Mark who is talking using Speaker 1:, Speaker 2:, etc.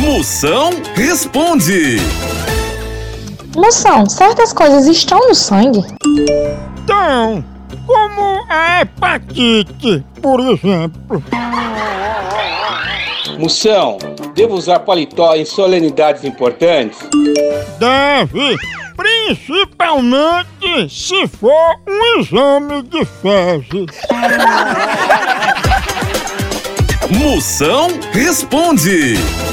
Speaker 1: Moção responde.
Speaker 2: Moção, certas coisas estão no sangue?
Speaker 3: Então, como a hepatite, por exemplo.
Speaker 4: Moção, devo usar paletó em solenidades importantes?
Speaker 3: Deve, principalmente se for um exame de fezes.
Speaker 1: Moção responde.